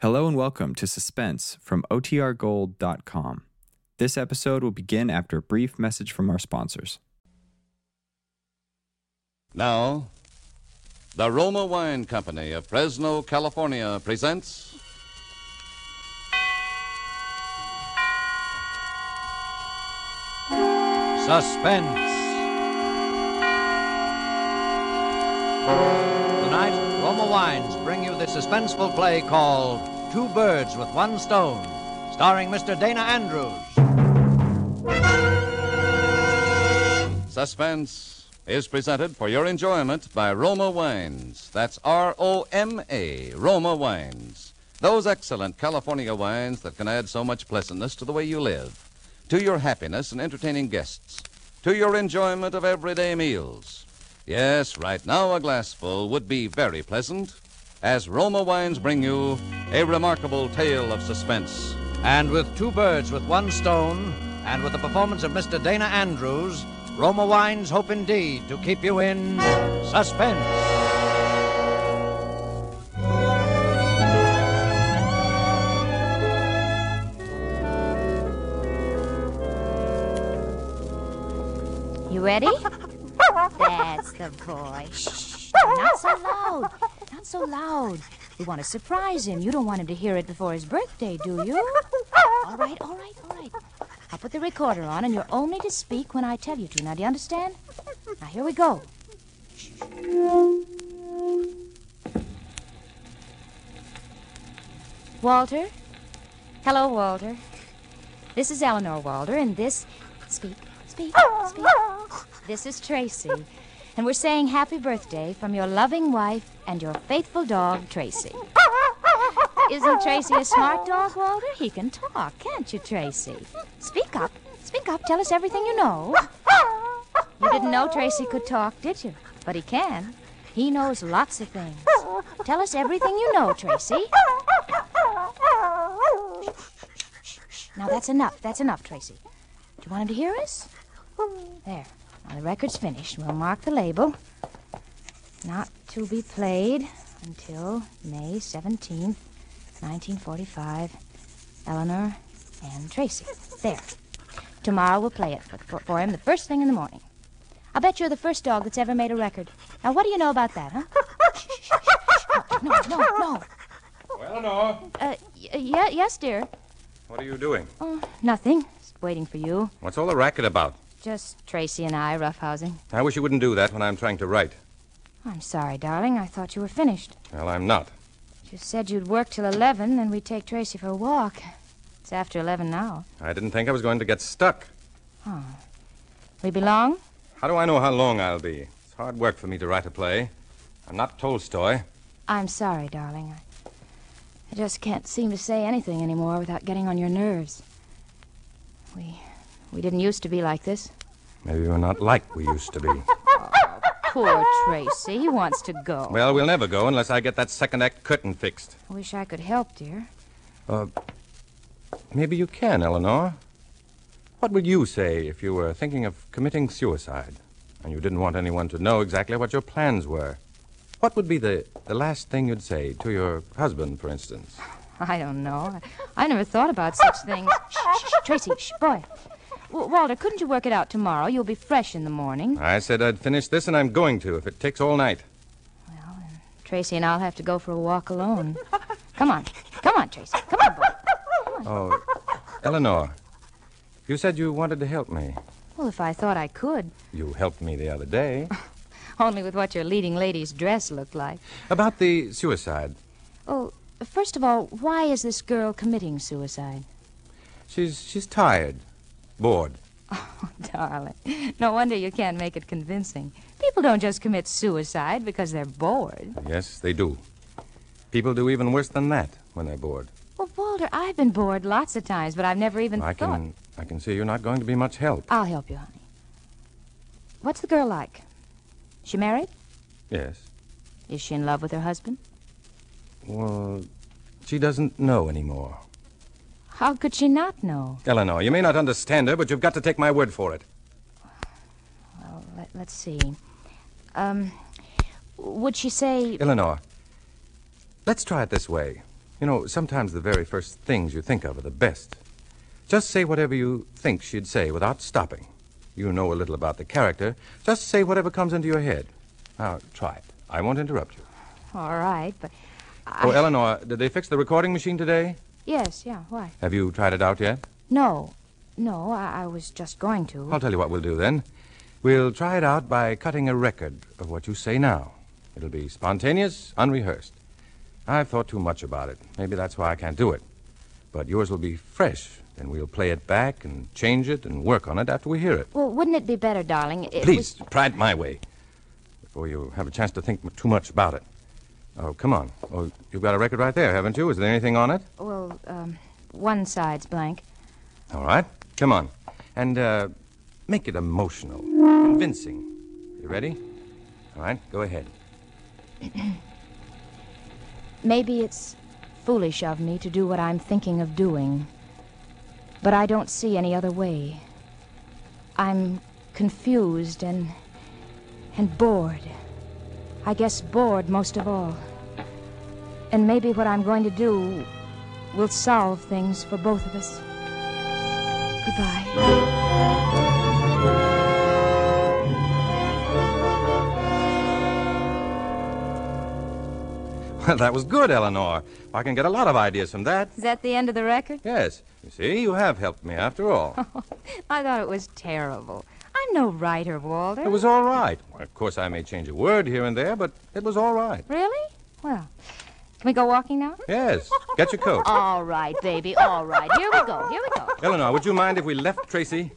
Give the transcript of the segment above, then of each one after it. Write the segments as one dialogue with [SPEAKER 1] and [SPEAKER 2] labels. [SPEAKER 1] Hello and welcome to Suspense from OTRGold.com. This episode will begin after a brief message from our sponsors.
[SPEAKER 2] Now, the Roma Wine Company of Fresno, California presents.
[SPEAKER 3] Suspense. Tonight, Roma Wines bring you the suspenseful play called Two Birds with One Stone, starring Mr. Dana Andrews.
[SPEAKER 2] Suspense is presented for your enjoyment by Roma Wines. That's R O M A, Roma Wines. Those excellent California wines that can add so much pleasantness to the way you live, to your happiness in entertaining guests, to your enjoyment of everyday meals. Yes, right now a glassful would be very pleasant as Roma Wines bring you a remarkable tale of suspense.
[SPEAKER 3] And with Two Birds with One Stone, and with the performance of Mr. Dana Andrews, Roma Wines hope indeed to keep you in suspense.
[SPEAKER 4] You ready? That's the boy. Shh, not so loud. Not so loud. You want to surprise him. You don't want him to hear it before his birthday, do you? All right, all right, all right. I'll put the recorder on, and you're only to speak when I tell you to. Now, do you understand? Now, here we go. Walter? Hello, Walter. This is Eleanor Walter, and this. Speak, speak, speak. This is Tracy, and we're saying happy birthday from your loving wife and your faithful dog, Tracy. Isn't Tracy a smart dog, Walter? He can talk, can't you, Tracy? Speak up. Speak up. Tell us everything you know. You didn't know Tracy could talk, did you? But he can. He knows lots of things. Tell us everything you know, Tracy. Now, that's enough. That's enough, Tracy. Do you want him to hear us? There. Now the record's finished. We'll mark the label. Not to be played until May 17th, 1945. Eleanor and Tracy. There. Tomorrow we'll play it for, for, for him the first thing in the morning. I'll bet you're the first dog that's ever made a record. Now, what do you know about that, huh? Shh, shh, shh, shh. No, no, no, no.
[SPEAKER 5] Eleanor,
[SPEAKER 4] Uh, y- yeah, yes, dear.
[SPEAKER 5] what are you doing?
[SPEAKER 4] Oh, nothing. Just waiting for you.
[SPEAKER 5] What's all the racket about?
[SPEAKER 4] Just Tracy and I roughhousing.
[SPEAKER 5] I wish you wouldn't do that when I'm trying to write.
[SPEAKER 4] I'm sorry, darling. I thought you were finished.
[SPEAKER 5] Well, I'm not.
[SPEAKER 4] You said you'd work till 11 and we'd take Tracy for a walk. It's after 11 now.
[SPEAKER 5] I didn't think I was going to get stuck.
[SPEAKER 4] We belong?
[SPEAKER 5] How do I know how long I'll be? It's hard work for me to write a play. I'm not Tolstoy.
[SPEAKER 4] I'm sorry, darling. I, I just can't seem to say anything anymore without getting on your nerves. We we didn't used to be like this.
[SPEAKER 5] Maybe we're not like we used to be.
[SPEAKER 4] Poor Tracy. He wants to go.
[SPEAKER 5] Well, we'll never go unless I get that second act curtain fixed.
[SPEAKER 4] I wish I could help, dear.
[SPEAKER 5] Maybe you can, Eleanor. What would you say if you were thinking of committing suicide and you didn't want anyone to know exactly what your plans were? What would be the, the last thing you'd say to your husband, for instance?
[SPEAKER 4] I don't know. I, I never thought about such things. Shh, shh, shh, Tracy, shh, boy. W- Walter, couldn't you work it out tomorrow? You'll be fresh in the morning.
[SPEAKER 5] I said I'd finish this, and I'm going to if it takes all night.
[SPEAKER 4] Well, then Tracy and I'll have to go for a walk alone. Come on. Come on, Tracy. Come on, boy.
[SPEAKER 5] Oh, Eleanor, you said you wanted to help me.
[SPEAKER 4] Well, if I thought I could,
[SPEAKER 5] You helped me the other day.
[SPEAKER 4] only with what your leading lady's dress looked like.
[SPEAKER 5] About the suicide.
[SPEAKER 4] Oh, first of all, why is this girl committing suicide?
[SPEAKER 5] She's she's tired, bored.
[SPEAKER 4] Oh, darling, no wonder you can't make it convincing. People don't just commit suicide because they're bored.
[SPEAKER 5] Yes, they do. People do even worse than that when they're bored.
[SPEAKER 4] Well, Walter, I've been bored lots of times, but I've never even
[SPEAKER 5] I
[SPEAKER 4] thought.
[SPEAKER 5] can I can see you're not going to be much help.
[SPEAKER 4] I'll help you, honey. What's the girl like? She married?
[SPEAKER 5] Yes.
[SPEAKER 4] Is she in love with her husband?
[SPEAKER 5] Well, she doesn't know anymore.
[SPEAKER 4] How could she not know?
[SPEAKER 5] Eleanor, you may not understand her, but you've got to take my word for it.
[SPEAKER 4] Well, let, let's see. Um, would she say,
[SPEAKER 5] Eleanor, let's try it this way. You know, sometimes the very first things you think of are the best. Just say whatever you think she'd say without stopping. You know a little about the character. Just say whatever comes into your head. Now, try it. I won't interrupt you.
[SPEAKER 4] All right, but. I...
[SPEAKER 5] Oh, Eleanor, did they fix the recording machine today?
[SPEAKER 4] Yes, yeah, why?
[SPEAKER 5] Have you tried it out yet? Oh.
[SPEAKER 4] No. No, I, I was just going to.
[SPEAKER 5] I'll tell you what we'll do then. We'll try it out by cutting a record of what you say now. It'll be spontaneous, unrehearsed. I've thought too much about it. Maybe that's why I can't do it. But yours will be fresh, and we'll play it back and change it and work on it after we hear it.
[SPEAKER 4] Well, wouldn't it be better, darling? If
[SPEAKER 5] Please, try it my way before you have a chance to think m- too much about it. Oh, come on. Oh, you've got a record right there, haven't you? Is there anything on it?
[SPEAKER 4] We, well, um, one side's blank.
[SPEAKER 5] All right. Come on. And uh, make it emotional, convincing. You ready? All right, go ahead.
[SPEAKER 4] Maybe it's foolish of me to do what I'm thinking of doing, but I don't see any other way. I'm confused and. and bored. I guess bored most of all. And maybe what I'm going to do will solve things for both of us. Goodbye.
[SPEAKER 5] Well, that was good, Eleanor. I can get a lot of ideas from that.
[SPEAKER 4] Is that the end of the record?
[SPEAKER 5] Yes. You see, you have helped me after all.
[SPEAKER 4] I thought it was terrible. I'm no writer, Walter.
[SPEAKER 5] It was all right. Well, of course, I may change a word here and there, but it was all right.
[SPEAKER 4] Really? Well, can we go walking now?
[SPEAKER 5] Yes. Get your coat.
[SPEAKER 4] All right, baby. All right. Here we go. Here we go.
[SPEAKER 5] Eleanor, would you mind if we left Tracy?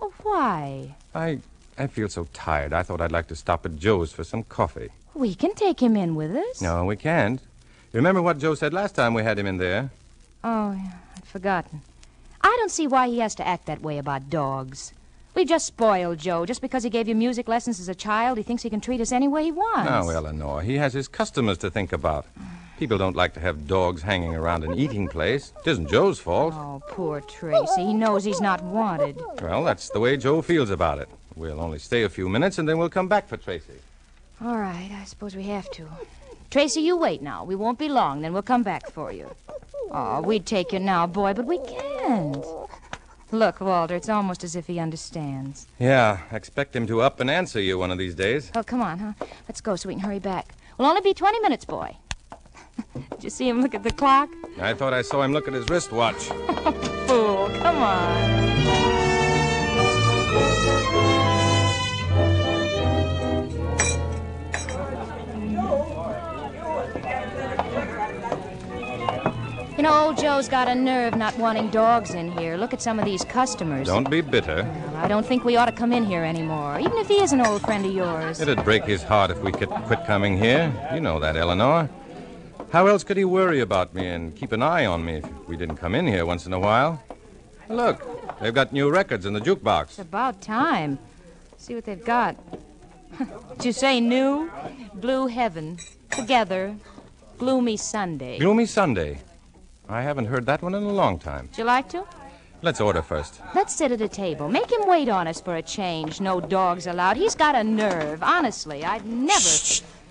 [SPEAKER 4] Oh, why?
[SPEAKER 5] I I feel so tired. I thought I'd like to stop at Joe's for some coffee.
[SPEAKER 4] We can take him in with us.
[SPEAKER 5] No, we can't. You remember what Joe said last time we had him in there?
[SPEAKER 4] Oh, yeah. I'd forgotten. I don't see why he has to act that way about dogs. We just spoiled Joe. Just because he gave you music lessons as a child, he thinks he can treat us any way he wants.
[SPEAKER 5] Now, Eleanor, he has his customers to think about. People don't like to have dogs hanging around an eating place. It isn't Joe's fault.
[SPEAKER 4] Oh, poor Tracy. He knows he's not wanted.
[SPEAKER 5] Well, that's the way Joe feels about it. We'll only stay a few minutes and then we'll come back for Tracy.
[SPEAKER 4] All right, I suppose we have to. Tracy, you wait now. We won't be long, then we'll come back for you. Oh, we'd take you now, boy, but we can't. Look, Walter, it's almost as if he understands.
[SPEAKER 5] Yeah, expect him to up and answer you one of these days.
[SPEAKER 4] Oh, come on, huh? Let's go so we can hurry back. We'll only be 20 minutes, boy. Did you see him look at the clock?
[SPEAKER 5] I thought I saw him look at his wristwatch.
[SPEAKER 4] Fool, come on. You know, old Joe's got a nerve not wanting dogs in here. Look at some of these customers.
[SPEAKER 5] Don't be bitter.
[SPEAKER 4] I don't think we ought to come in here anymore, even if he is an old friend of yours.
[SPEAKER 5] It'd break his heart if we could quit coming here. You know that, Eleanor. How else could he worry about me and keep an eye on me if we didn't come in here once in a while? Look, they've got new records in the
[SPEAKER 4] It's
[SPEAKER 5] jukebox.
[SPEAKER 4] about time. See what they've got. Did you say new? Blue Heaven. Together. Gloomy Sunday.
[SPEAKER 5] Gloomy Sunday. I haven't heard that one in a long time.
[SPEAKER 4] Would you like to?
[SPEAKER 5] Let's order first.
[SPEAKER 4] Let's sit at a table. Make him wait on us for a change. No dogs allowed. He's got a nerve. Honestly, I'd never.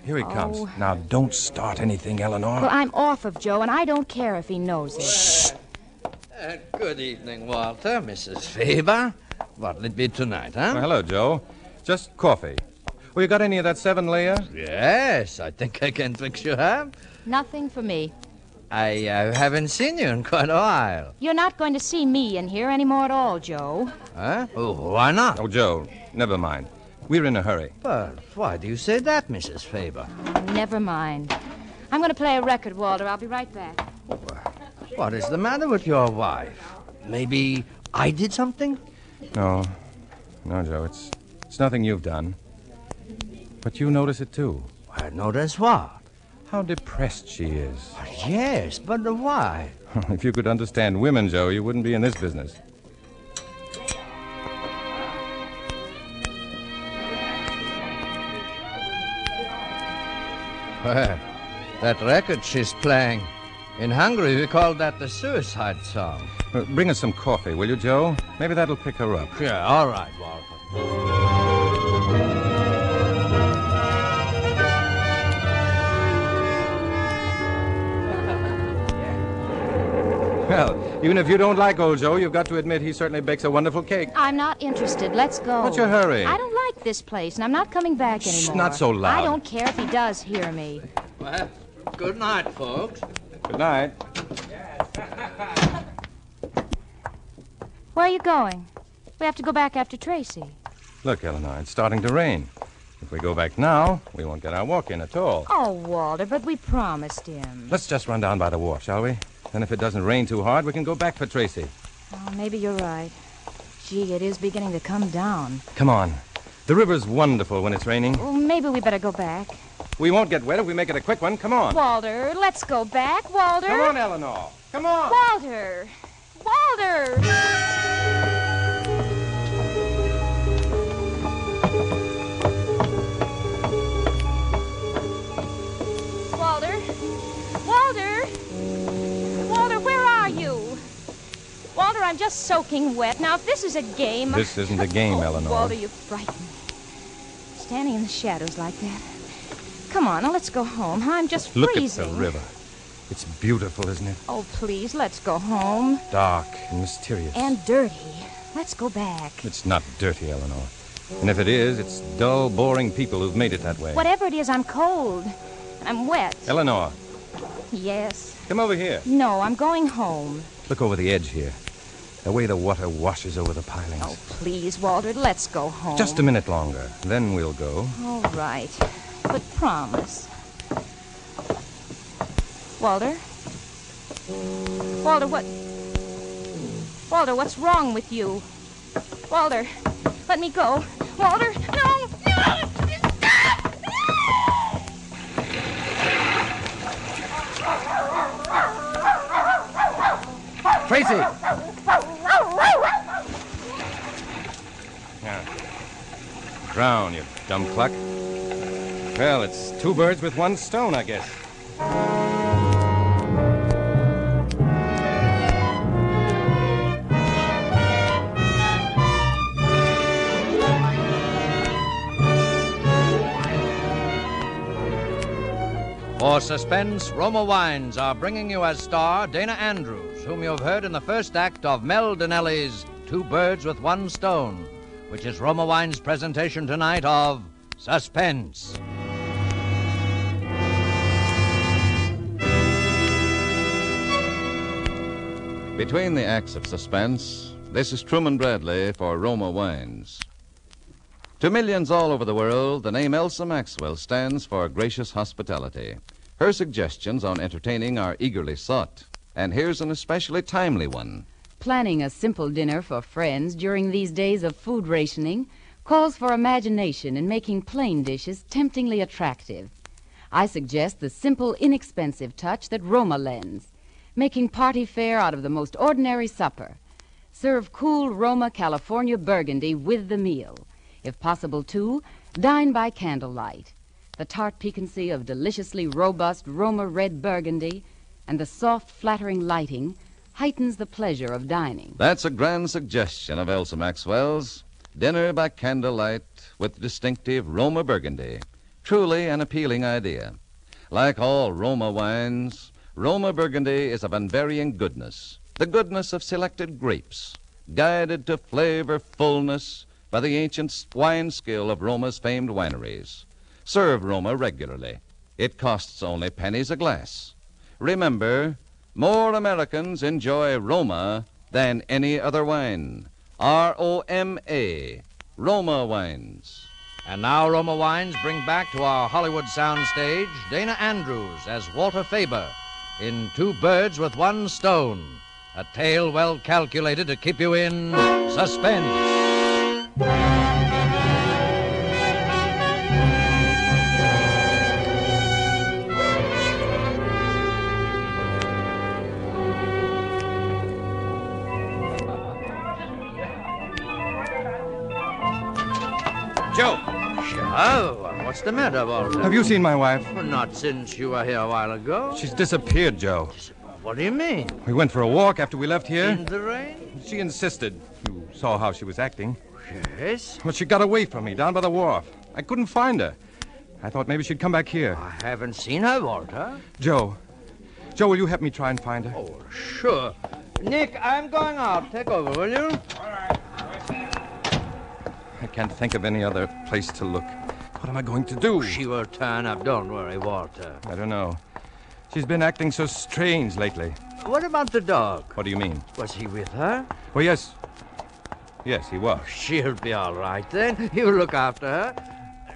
[SPEAKER 5] Here he comes. Now, don't start anything, Eleanor.
[SPEAKER 4] Well, I'm off of Joe, and I don't care if he knows it.
[SPEAKER 2] Uh, good evening, Walter, Mrs. Faber. What'll it be tonight, huh?
[SPEAKER 5] Well, hello, Joe. Just coffee. Well, you got any of that seven layer?
[SPEAKER 2] yes, I think I can fix you up.
[SPEAKER 4] Nothing for me.
[SPEAKER 2] I uh, haven't seen you in quite a while.
[SPEAKER 4] You're not going to see me in here anymore at all, Joe.
[SPEAKER 2] Huh? Oh, why not?
[SPEAKER 5] Oh, Joe, never mind. We're in a hurry.
[SPEAKER 2] But why do you say that, Mrs. Faber?
[SPEAKER 4] Never mind. I'm going to play a record, Walter. I'll be right back.
[SPEAKER 2] What is the matter with your wife? Maybe I did something?
[SPEAKER 5] No, no, Joe. It's it's nothing you've done. But you notice it too.
[SPEAKER 2] I notice what?
[SPEAKER 5] How depressed she is.
[SPEAKER 2] Yes, but why?
[SPEAKER 5] if you could understand women, Joe, you wouldn't be in this business.
[SPEAKER 2] Well, that record she's playing. In Hungary, we call that the suicide song.
[SPEAKER 5] Uh, bring us some coffee, will you, Joe? Maybe that'll pick her up.
[SPEAKER 2] Yeah, all right, Walter.
[SPEAKER 5] Well, even if you don't like old Joe, you've got to admit he certainly bakes a wonderful cake.
[SPEAKER 4] I'm not interested. Let's go.
[SPEAKER 5] What's your hurry?
[SPEAKER 4] I don't like this place, and I'm not coming back
[SPEAKER 5] Shh,
[SPEAKER 4] anymore.
[SPEAKER 5] not so loud.
[SPEAKER 4] I don't care if he does hear me.
[SPEAKER 2] Well, good night, folks.
[SPEAKER 5] Good night.
[SPEAKER 4] Where are you going? We have to go back after Tracy.
[SPEAKER 5] Look, Eleanor, it's starting to rain. If we go back now, we won't get our walk in at all.
[SPEAKER 4] Oh, Walter, but we promised him.
[SPEAKER 5] Let's just run down by the wharf, shall we? Then if it doesn't rain too hard, we can go back for Tracy.
[SPEAKER 4] Oh, maybe you're right. Gee, it is beginning to come down.
[SPEAKER 5] Come on. The river's wonderful when it's raining.
[SPEAKER 4] Well, maybe we better go back.
[SPEAKER 5] We won't get wet if we make it a quick one. Come on.
[SPEAKER 4] Walter, let's go back, Walter.
[SPEAKER 5] Come on, Eleanor. Come on.
[SPEAKER 4] Walter! Walter! Walter! Walter! Walter, where are you? Walter, I'm just soaking wet. Now, if this is a game.
[SPEAKER 5] This isn't a game,
[SPEAKER 4] Oh,
[SPEAKER 5] Eleanor.
[SPEAKER 4] Walter, you frighten me. Standing in the shadows like that. Come on, now let's go home. I'm just
[SPEAKER 5] Look
[SPEAKER 4] freezing.
[SPEAKER 5] at the river. It's beautiful, isn't it?
[SPEAKER 4] Oh, please, let's go home.
[SPEAKER 5] Dark and mysterious.
[SPEAKER 4] And dirty. Let's go back.
[SPEAKER 5] It's not dirty, Eleanor. And if it is, it's dull, boring people who've made it that way.
[SPEAKER 4] Whatever it is, I'm cold. I'm wet.
[SPEAKER 5] Eleanor,
[SPEAKER 4] Yes.
[SPEAKER 5] come over here.
[SPEAKER 4] No, I'm going home.
[SPEAKER 5] Look over the edge here. The way the water washes over the pilings.
[SPEAKER 4] Oh, please, Walter, let's go home.
[SPEAKER 5] Just a minute longer, then we'll go.
[SPEAKER 4] All right. But promise. Walter? Walter, what. Walter, what's wrong with you? Walter, let me go. Walter, no! No! Stop!
[SPEAKER 2] Tracy!
[SPEAKER 5] Drown, you dumb cluck. Well, it's two birds with one stone, I guess.
[SPEAKER 3] For Suspense, Roma Wines are bringing you as star Dana Andrews, whom you have heard in the first act of Mel Donnelly's Two Birds with One Stone, which is Roma Wines' presentation tonight of Suspense.
[SPEAKER 6] Between the acts of suspense, this is Truman Bradley for Roma Wines. To millions all over the world, the name Elsa Maxwell stands for gracious hospitality. Her suggestions on entertaining are eagerly sought, and here's an especially timely one.
[SPEAKER 7] Planning a simple dinner for friends during these days of food rationing calls for imagination in making plain dishes temptingly attractive. I suggest the simple, inexpensive touch that Roma lends, making party fare out of the most ordinary supper. Serve cool Roma California Burgundy with the meal. If possible, too, dine by candlelight. The tart piquancy of deliciously robust Roma red Burgundy and the soft, flattering lighting heightens the pleasure of dining.
[SPEAKER 6] That's a grand suggestion of Elsa Maxwell's dinner by candlelight with distinctive Roma Burgundy. Truly an appealing idea. Like all Roma wines, Roma Burgundy is of unvarying goodness, the goodness of selected grapes, guided to flavor fullness by the ancient wine skill of Roma's famed wineries. Serve Roma regularly. It costs only pennies a glass. Remember, more Americans enjoy Roma than any other wine. R O M A, Roma wines.
[SPEAKER 3] And now Roma Wines bring back to our Hollywood soundstage Dana Andrews as Walter Faber in Two Birds with One Stone, a tale well calculated to keep you in suspense.
[SPEAKER 5] Joe,
[SPEAKER 2] Oh, what's the matter, Walter?
[SPEAKER 5] have you seen my wife?
[SPEAKER 2] Not since you were here a while ago.
[SPEAKER 5] She's disappeared, Joe.
[SPEAKER 2] What do you mean?
[SPEAKER 5] We went for a walk after we left here.
[SPEAKER 2] In the rain?
[SPEAKER 5] Mm. She insisted. You saw how she was acting.
[SPEAKER 2] Yes.
[SPEAKER 5] But she got away from me down by the wharf. I couldn't find her. I thought maybe she'd come back here.
[SPEAKER 2] I haven't seen her, Walter.
[SPEAKER 5] Joe, Joe, will you help me try and find her?
[SPEAKER 2] Oh, sure. Nick, I'm going out. Take over, will you?
[SPEAKER 5] I can't think of any other place to look. What am I going to do?
[SPEAKER 2] She will turn up. Don't worry, Walter.
[SPEAKER 5] I don't know. She's been acting so strange lately.
[SPEAKER 2] What about the dog?
[SPEAKER 5] What do you mean?
[SPEAKER 2] Was he with her?
[SPEAKER 5] Oh, yes. Yes, he was.
[SPEAKER 2] She'll be all right then. He'll look after her.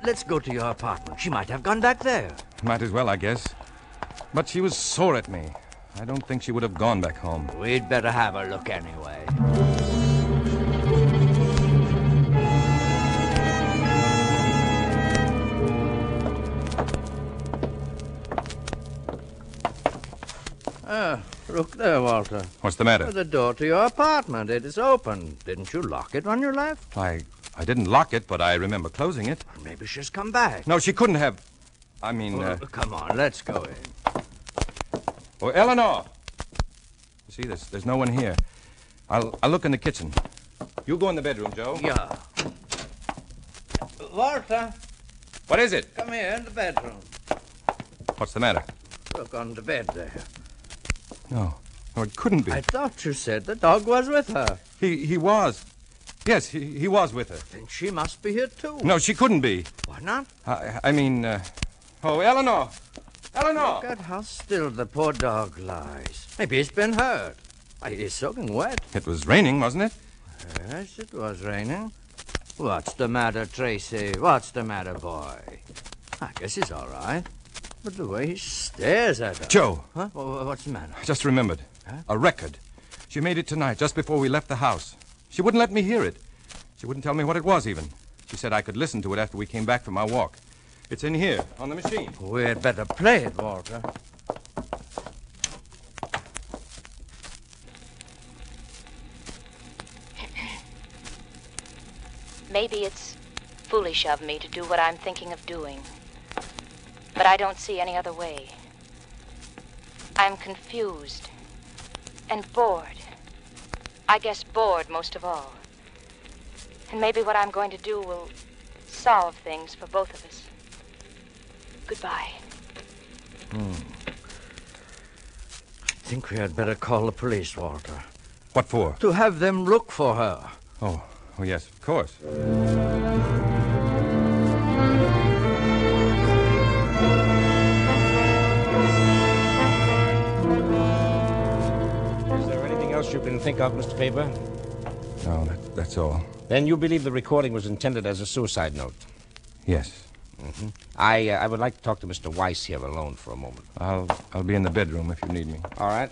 [SPEAKER 2] Let's go to your apartment. She might have gone back there.
[SPEAKER 5] Might as well, I guess. But she was sore at me. I don't think she would have gone back home.
[SPEAKER 2] We'd better have a look anyway. Ah, look there, Walter.
[SPEAKER 5] What's the matter?
[SPEAKER 2] The door to your apartment. It is open. Didn't you lock it when you left?
[SPEAKER 5] I, I didn't lock it, but I remember closing it.
[SPEAKER 2] Maybe she's come back.
[SPEAKER 5] No, she couldn't have. I mean, uh,
[SPEAKER 2] Well, come on, let's go in.
[SPEAKER 5] oh, Eleanor. You see, there's, there's no one here. I'll, I'll look in the kitchen. You go in the bedroom, Joe.
[SPEAKER 2] Yeah. Walter,
[SPEAKER 5] What is it?
[SPEAKER 2] come here in the bedroom.
[SPEAKER 5] What's the matter?
[SPEAKER 2] Look on the bed there.
[SPEAKER 5] No, no, it couldn't be.
[SPEAKER 2] I thought you said the dog was with her.
[SPEAKER 5] He, he was. Yes, he, he was with her.
[SPEAKER 2] Then she must be here too.
[SPEAKER 5] No, she couldn't be.
[SPEAKER 2] Why not?
[SPEAKER 5] I, I mean, uh, oh, Eleanor. Eleanor.
[SPEAKER 2] Look at how still the poor dog lies. Maybe he's been hurt. Why, He's soaking wet.
[SPEAKER 5] It was raining, wasn't it?
[SPEAKER 2] Yes, it was raining. What's the matter, Tracy? What's the matter, boy? I guess he's all right. But the way he stares at her.
[SPEAKER 5] Joe,
[SPEAKER 2] Huh? Wha- wha- What's the matter?
[SPEAKER 5] I just remembered. A record. She made it tonight, just before we left the house. She wouldn't let me hear it. She wouldn't tell me what it was, even. She said I could listen to it after we came back from our walk. It's in here, on the machine.
[SPEAKER 2] We'd better play it, Walter.
[SPEAKER 4] Maybe it's foolish of me to do what I'm thinking of doing, but I don't see any other way. I'm confused and bored. I guess bored most of all. And maybe what I'm going to do will solve things for both of us. Goodbye.
[SPEAKER 2] I think we had better call the police, Walter.
[SPEAKER 5] What for?
[SPEAKER 2] To have them look for her.
[SPEAKER 5] Oh, oh yes, of course.
[SPEAKER 8] Is there anything else you can think of, Mr. Faber?
[SPEAKER 5] No, that, that's all.
[SPEAKER 8] Then you believe the recording was intended as a suicide note.
[SPEAKER 5] Yes.
[SPEAKER 8] I, uh, I would like to talk to Mr. Weiss here alone for a moment.
[SPEAKER 5] I'll, I'll be in the bedroom if you need me.
[SPEAKER 8] All right?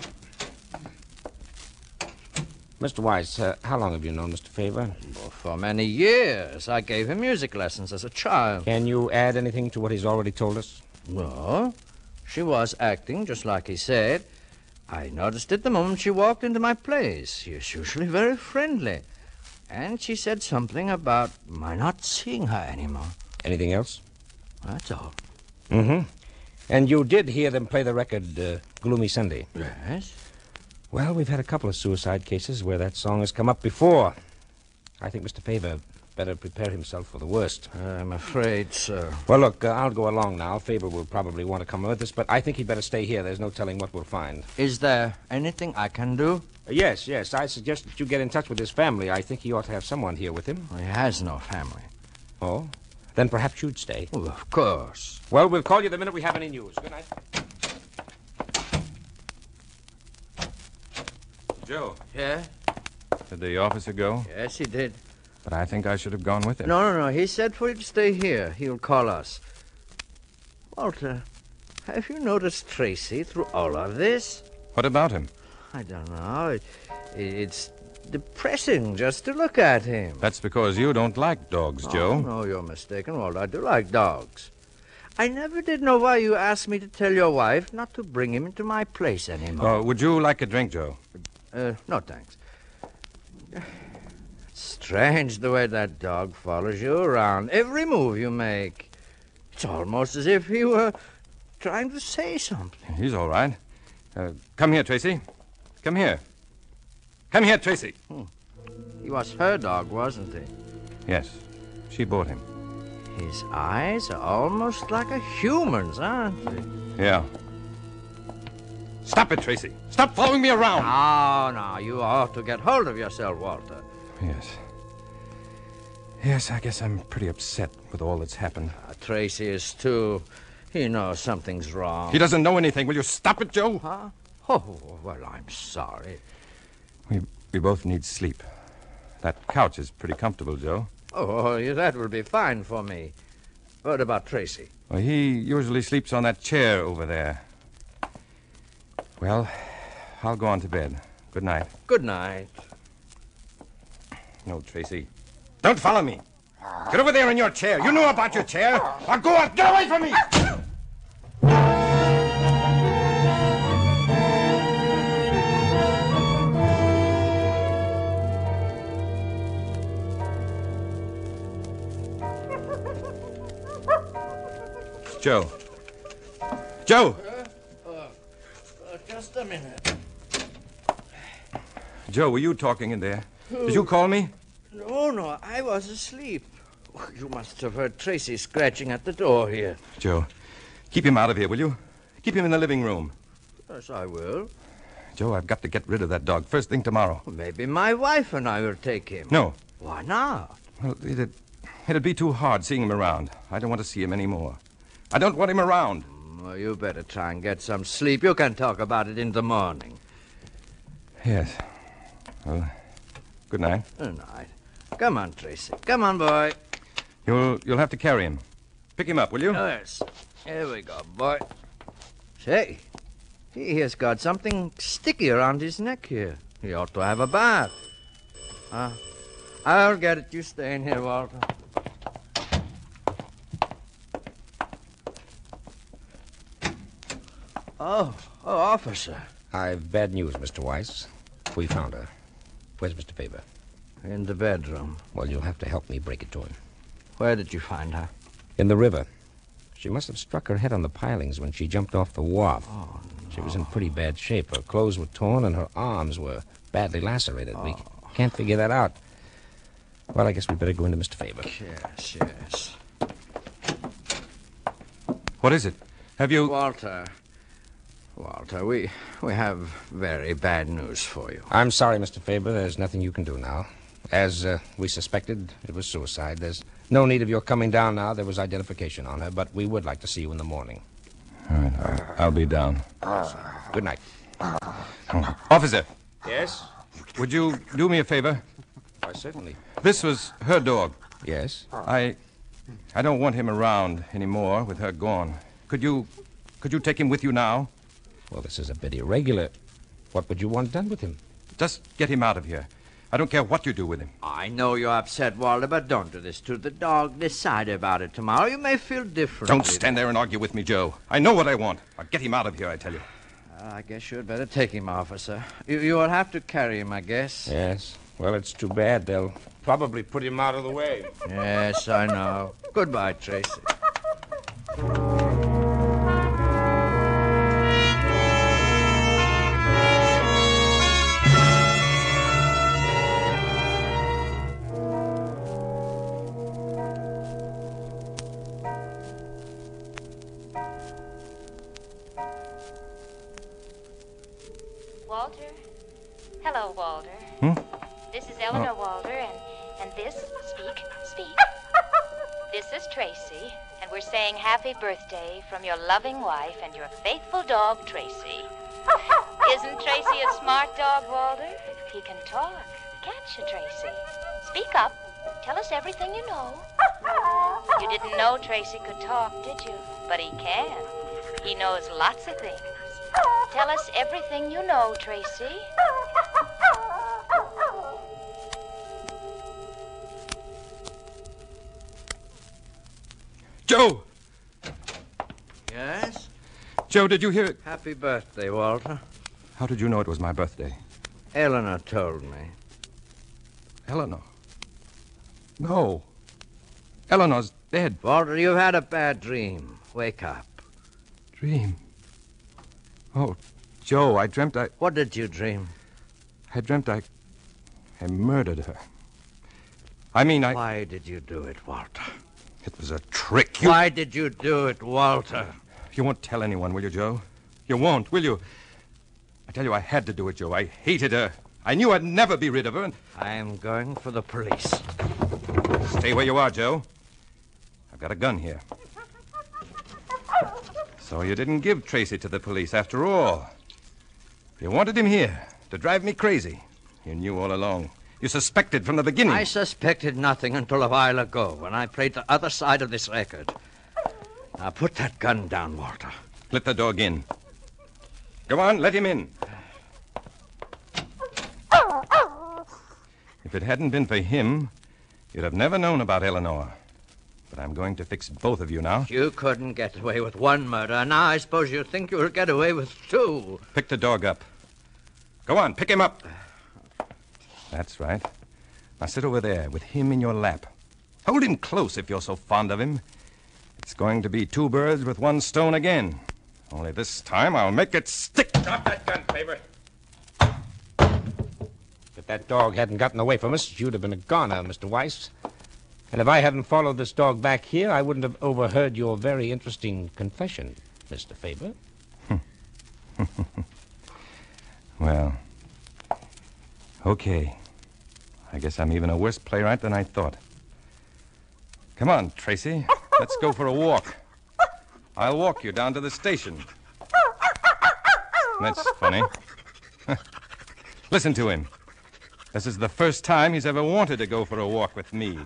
[SPEAKER 8] Mr. Weiss, uh, how long have you known Mr. Faber?
[SPEAKER 2] Well, for many years, I gave him music lessons as a child.
[SPEAKER 8] Can you add anything to what he's already told us?
[SPEAKER 2] No, she was acting just like he said. I noticed it the moment she walked into my place. She is usually very friendly. And she said something about my not seeing her anymore.
[SPEAKER 8] Anything else?
[SPEAKER 2] That's all.
[SPEAKER 8] Mm-hmm. And you did hear them play the record uh, Gloomy Sunday.
[SPEAKER 2] Yes?
[SPEAKER 8] Well, we've had a couple of suicide cases where that song has come up before. I think Mr. Faber better prepare himself for the worst.
[SPEAKER 2] I'm afraid so.
[SPEAKER 8] Well, look, uh, I'll go along now. Faber will probably want to come with us, but I think he'd better stay here. There's no telling what we'll find.
[SPEAKER 2] Is there anything I can do?
[SPEAKER 8] Uh, Yes, yes. I suggest that you get in touch with his family. I think he ought to have someone here with him.
[SPEAKER 2] He has no family.
[SPEAKER 8] Oh? Then perhaps you'd stay.
[SPEAKER 2] Well, of course.
[SPEAKER 8] Well, we'll call you the minute we have any news. Good night.
[SPEAKER 5] Joe.
[SPEAKER 2] Yeah?
[SPEAKER 5] Did the officer go?
[SPEAKER 2] Yes, he did.
[SPEAKER 5] But I think I should have gone with him.
[SPEAKER 2] No, no, no. He said for you to stay here. He'll call us. Walter, have you noticed Tracy through all of this?
[SPEAKER 5] What about him?
[SPEAKER 2] I don't know. It, it's depressing just to look at him.
[SPEAKER 5] That's because you don't like dogs,
[SPEAKER 2] Oh,
[SPEAKER 5] Joe.
[SPEAKER 2] no, you're mistaken, Walter. I do like dogs. I never did know why you asked me to tell your wife not to bring him into my place anymore.
[SPEAKER 5] Uh, would you like a drink, Joe?
[SPEAKER 2] Uh, no, thanks. Strange the way that dog follows you around every move you make. It's almost as if he were trying to say something.
[SPEAKER 5] He's all right. Uh, come here, Tracy. Come here. Come here, Tracy.
[SPEAKER 2] He was her dog, wasn't he?
[SPEAKER 5] Yes, she bought him.
[SPEAKER 2] His eyes are almost like a human's, aren't they?
[SPEAKER 5] Yeah. Stop it, Tracy. Stop following me around.
[SPEAKER 2] Now, Ah, now, you ought to get hold of yourself, Walter.
[SPEAKER 5] Yes. Yes, I guess I'm pretty upset with all that's happened.
[SPEAKER 2] Uh, Tracy is too. He knows something's wrong.
[SPEAKER 5] He doesn't know anything. Will you stop it, Joe?
[SPEAKER 2] Huh? Oh, well, I'm sorry.
[SPEAKER 5] We, we both need sleep. That couch is pretty comfortable, Joe.
[SPEAKER 2] Oh, yeah, that will be fine for me. What about Tracy?
[SPEAKER 5] Well, he usually sleeps on that chair over there. Well, I'll go on to bed. Good night.
[SPEAKER 2] Good night.
[SPEAKER 5] No, Tracy. Don't follow me. Get over there in your chair. You know about your chair. Now go out. Get away from me. Joe. Joe.
[SPEAKER 2] Uh, just a minute.
[SPEAKER 5] Joe, were you talking in there? Did you call me?
[SPEAKER 2] No, no, I was asleep. Oh, You must have heard Tracy scratching at the door here.
[SPEAKER 5] Joe, keep him out of here, will you? Keep him in the living room.
[SPEAKER 2] Yes, I will.
[SPEAKER 5] Joe, I've got to get rid of that dog first thing tomorrow.
[SPEAKER 2] Maybe my wife and I will take him.
[SPEAKER 5] No.
[SPEAKER 2] Why not?
[SPEAKER 5] Well, it'd, it'd be too hard seeing him around. I don't want to see him anymore. I don't want him around.
[SPEAKER 2] Well, you better try and get some sleep. You can talk about it in the morning.
[SPEAKER 5] Yes. Well, good night.
[SPEAKER 2] Good night. Come on, Tracy. Come on, boy.
[SPEAKER 5] You'll you'll have to carry him. Pick him up, will you?
[SPEAKER 2] Oh, Yes. Here we go, boy. Say, he has got something sticky around his neck here. He ought to have a bath. Uh, I'll get it. You stay in here, Walter. Oh, oh, officer.
[SPEAKER 8] I've bad news, Mr. Weiss. We found her. Where's Mr. Faber?
[SPEAKER 2] In the bedroom.
[SPEAKER 8] Well, you'll have to help me break it to him.
[SPEAKER 2] Where did you find her?
[SPEAKER 8] In the river. She must have struck her head on the pilings when she jumped off the wharf. She was in pretty bad shape. Her clothes were torn and her arms were badly lacerated. We can't figure that out. Well, I guess we'd better go into Mr. Faber.
[SPEAKER 2] Yes, yes.
[SPEAKER 5] What is it? Have you
[SPEAKER 2] Walter. Walter, we we have very bad news for you.
[SPEAKER 8] I'm sorry, Mr. Faber. There's nothing you can do now. As uh, we suspected, it was suicide. There's no need of your coming down now. There was identification on her, but we would like to see you in the morning.
[SPEAKER 5] All right, I'll, I'll be down.
[SPEAKER 8] Good night.
[SPEAKER 5] Officer,
[SPEAKER 8] Yes?
[SPEAKER 5] would you do me a favor?
[SPEAKER 8] Why, certainly.
[SPEAKER 5] This was her dog.
[SPEAKER 8] Yes?
[SPEAKER 5] I I don't want him around anymore with her gone. Could you could you take him with you now?
[SPEAKER 8] Well, this is a bit irregular. What would you want done with him?
[SPEAKER 5] Just get him out of here. I don't care what you do with him.
[SPEAKER 2] I know you're upset, Walter, but don't do this to the dog. Decide about it tomorrow. You may feel differently.
[SPEAKER 5] Don't stand there and argue with me, Joe. I know what I want. I'll get him out of here, I tell you.
[SPEAKER 2] Uh, I guess you had better take him, officer. You, you will have to carry him, I guess.
[SPEAKER 8] Yes. Well, it's too bad. They'll probably put him out of the way.
[SPEAKER 2] Yes, I know. Goodbye, Tracy.
[SPEAKER 4] Walter? Hello, Walter. This is Eleanor Walter, and, and this, speak, speak. this is Tracy, and we're saying happy birthday from your loving wife and your faithful dog, Tracy. Isn't Tracy a smart dog, Walter? He can talk, can't you, Tracy? Speak up. Tell us everything you know. You didn't know Tracy could talk, did you? But he can. He knows lots of things. Tell us everything you know, Tracy.
[SPEAKER 5] Joe!
[SPEAKER 2] Yes?
[SPEAKER 5] Joe, did you hear it?
[SPEAKER 2] Happy birthday, Walter.
[SPEAKER 5] How did you know it was my birthday?
[SPEAKER 2] Eleanor told me.
[SPEAKER 5] Eleanor. No. Eleanor's dead.
[SPEAKER 2] Walter, you've had a bad dream. Wake up.
[SPEAKER 5] Dream. Oh, Joe, I dreamt I,
[SPEAKER 2] What did you dream?
[SPEAKER 5] I dreamt I, I murdered her. I mean, I.
[SPEAKER 2] Why did you do it, Walter?
[SPEAKER 5] It was a trick. You,
[SPEAKER 2] Why did you do it, Walter?
[SPEAKER 5] you won't tell anyone, will you, Joe? You won't, will you? tell you, I had to do it, Joe. I hated her. I knew I'd never be rid of her, and
[SPEAKER 2] I'm going for the police.
[SPEAKER 5] stay where you are, Joe. I've got a gun here. So you didn't give Tracy to the police after all. You wanted him here to drive me crazy. You knew all along. You suspected from the beginning.
[SPEAKER 2] I suspected nothing until a while ago when I played the other side of this record. Now put that gun down, Walter.
[SPEAKER 5] Let the dog in. Go on, let him in. If it hadn't been for him, you'd have never known about Eleanor. But I'm going to fix both of you now.
[SPEAKER 2] You couldn't get away with one murder, and now I suppose you think you'll get away with two.
[SPEAKER 5] Pick the dog up. Go on, pick him up. That's right. Now sit over there with him in your lap. Hold him close if you're so fond of him. It's going to be two birds with one stone again. Only this time I'll make it stick.
[SPEAKER 8] Drop that gun, Faber. If that dog hadn't gotten away from us, you'd have been a goner, Mr. Weiss. And if I hadn't followed this dog back here, I wouldn't have overheard your very interesting confession, Mr. Faber.
[SPEAKER 5] Well, okay. I guess I'm even a worse playwright than I thought. Come on, Tracy. Let's go for a walk. I'll walk you down to the station. That's funny. Listen to him. This is the first time he's ever wanted to go for a walk with me.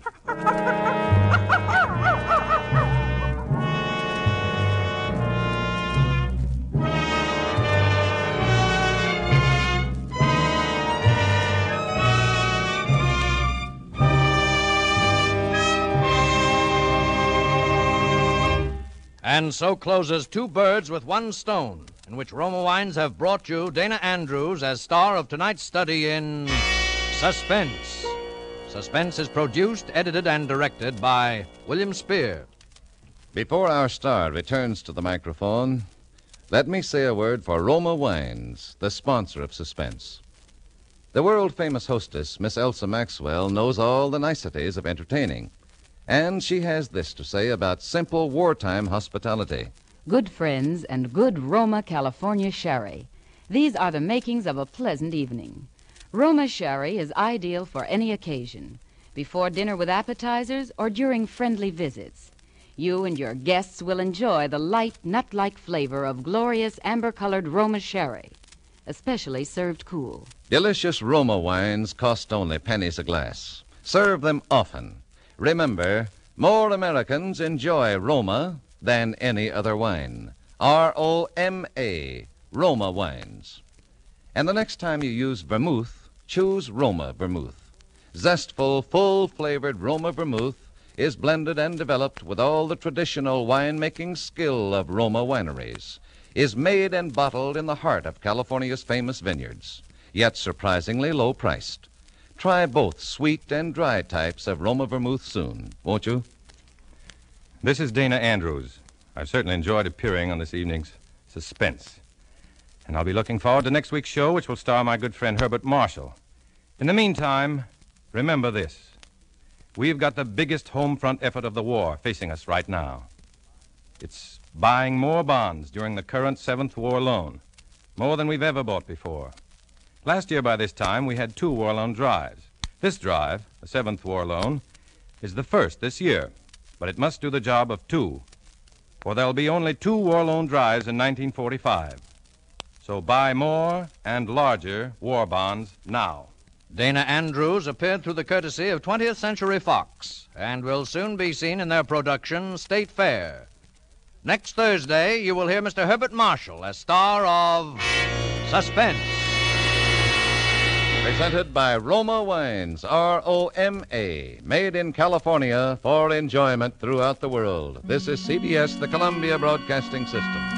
[SPEAKER 3] And so closes Two Birds with One Stone, in which Roma Wines have brought you Dana Andrews as star of tonight's study in Suspense. Suspense is produced, edited, and directed by William Spear.
[SPEAKER 6] Before our star returns to the microphone, let me say a word for Roma Wines, the sponsor of Suspense. The world famous hostess, Miss Elsa Maxwell, knows all the niceties of entertaining, and she has this to say about simple wartime hospitality.
[SPEAKER 7] Good friends and good Roma California sherry. These are the makings of a pleasant evening. Roma sherry is ideal for any occasion before dinner with appetizers or during friendly visits. You and your guests will enjoy the light, nut like flavor of glorious amber colored Roma sherry, especially served cool.
[SPEAKER 6] Delicious Roma wines cost only pennies a glass. Serve them often. Remember, more Americans enjoy Roma than any other wine. R O M A, Roma wines. And the next time you use vermouth, choose Roma vermouth. Zestful, full flavored Roma vermouth is blended and developed with all the traditional winemaking skill of Roma wineries, is made and bottled in the heart of California's famous vineyards, yet surprisingly low priced. Try both sweet and dry types of Roma vermouth soon, won't you?
[SPEAKER 5] This is Dana Andrews. I've certainly enjoyed appearing on this evening's Suspense. And I'll be looking forward to next week's show, which will star my good friend Herbert Marshall. In the meantime, remember this we've got the biggest home front effort of the war facing us right now. It's buying more bonds during the current Seventh War Loan, more than we've ever bought before. Last year, by this time, we had two War Loan drives. This drive, the Seventh War Loan, is the first this year, but it must do the job of two, for there'll be only two War Loan drives in 1945. So buy more and larger war bonds now.
[SPEAKER 3] Dana Andrews appeared through the courtesy of 20th Century Fox and will soon be seen in their production, State Fair. Next Thursday, you will hear Mr. Herbert Marshall as star of Suspense.
[SPEAKER 6] Presented by Roma Wines, R O M A, made in California for enjoyment throughout the world. This is CBS, the Columbia Broadcasting System.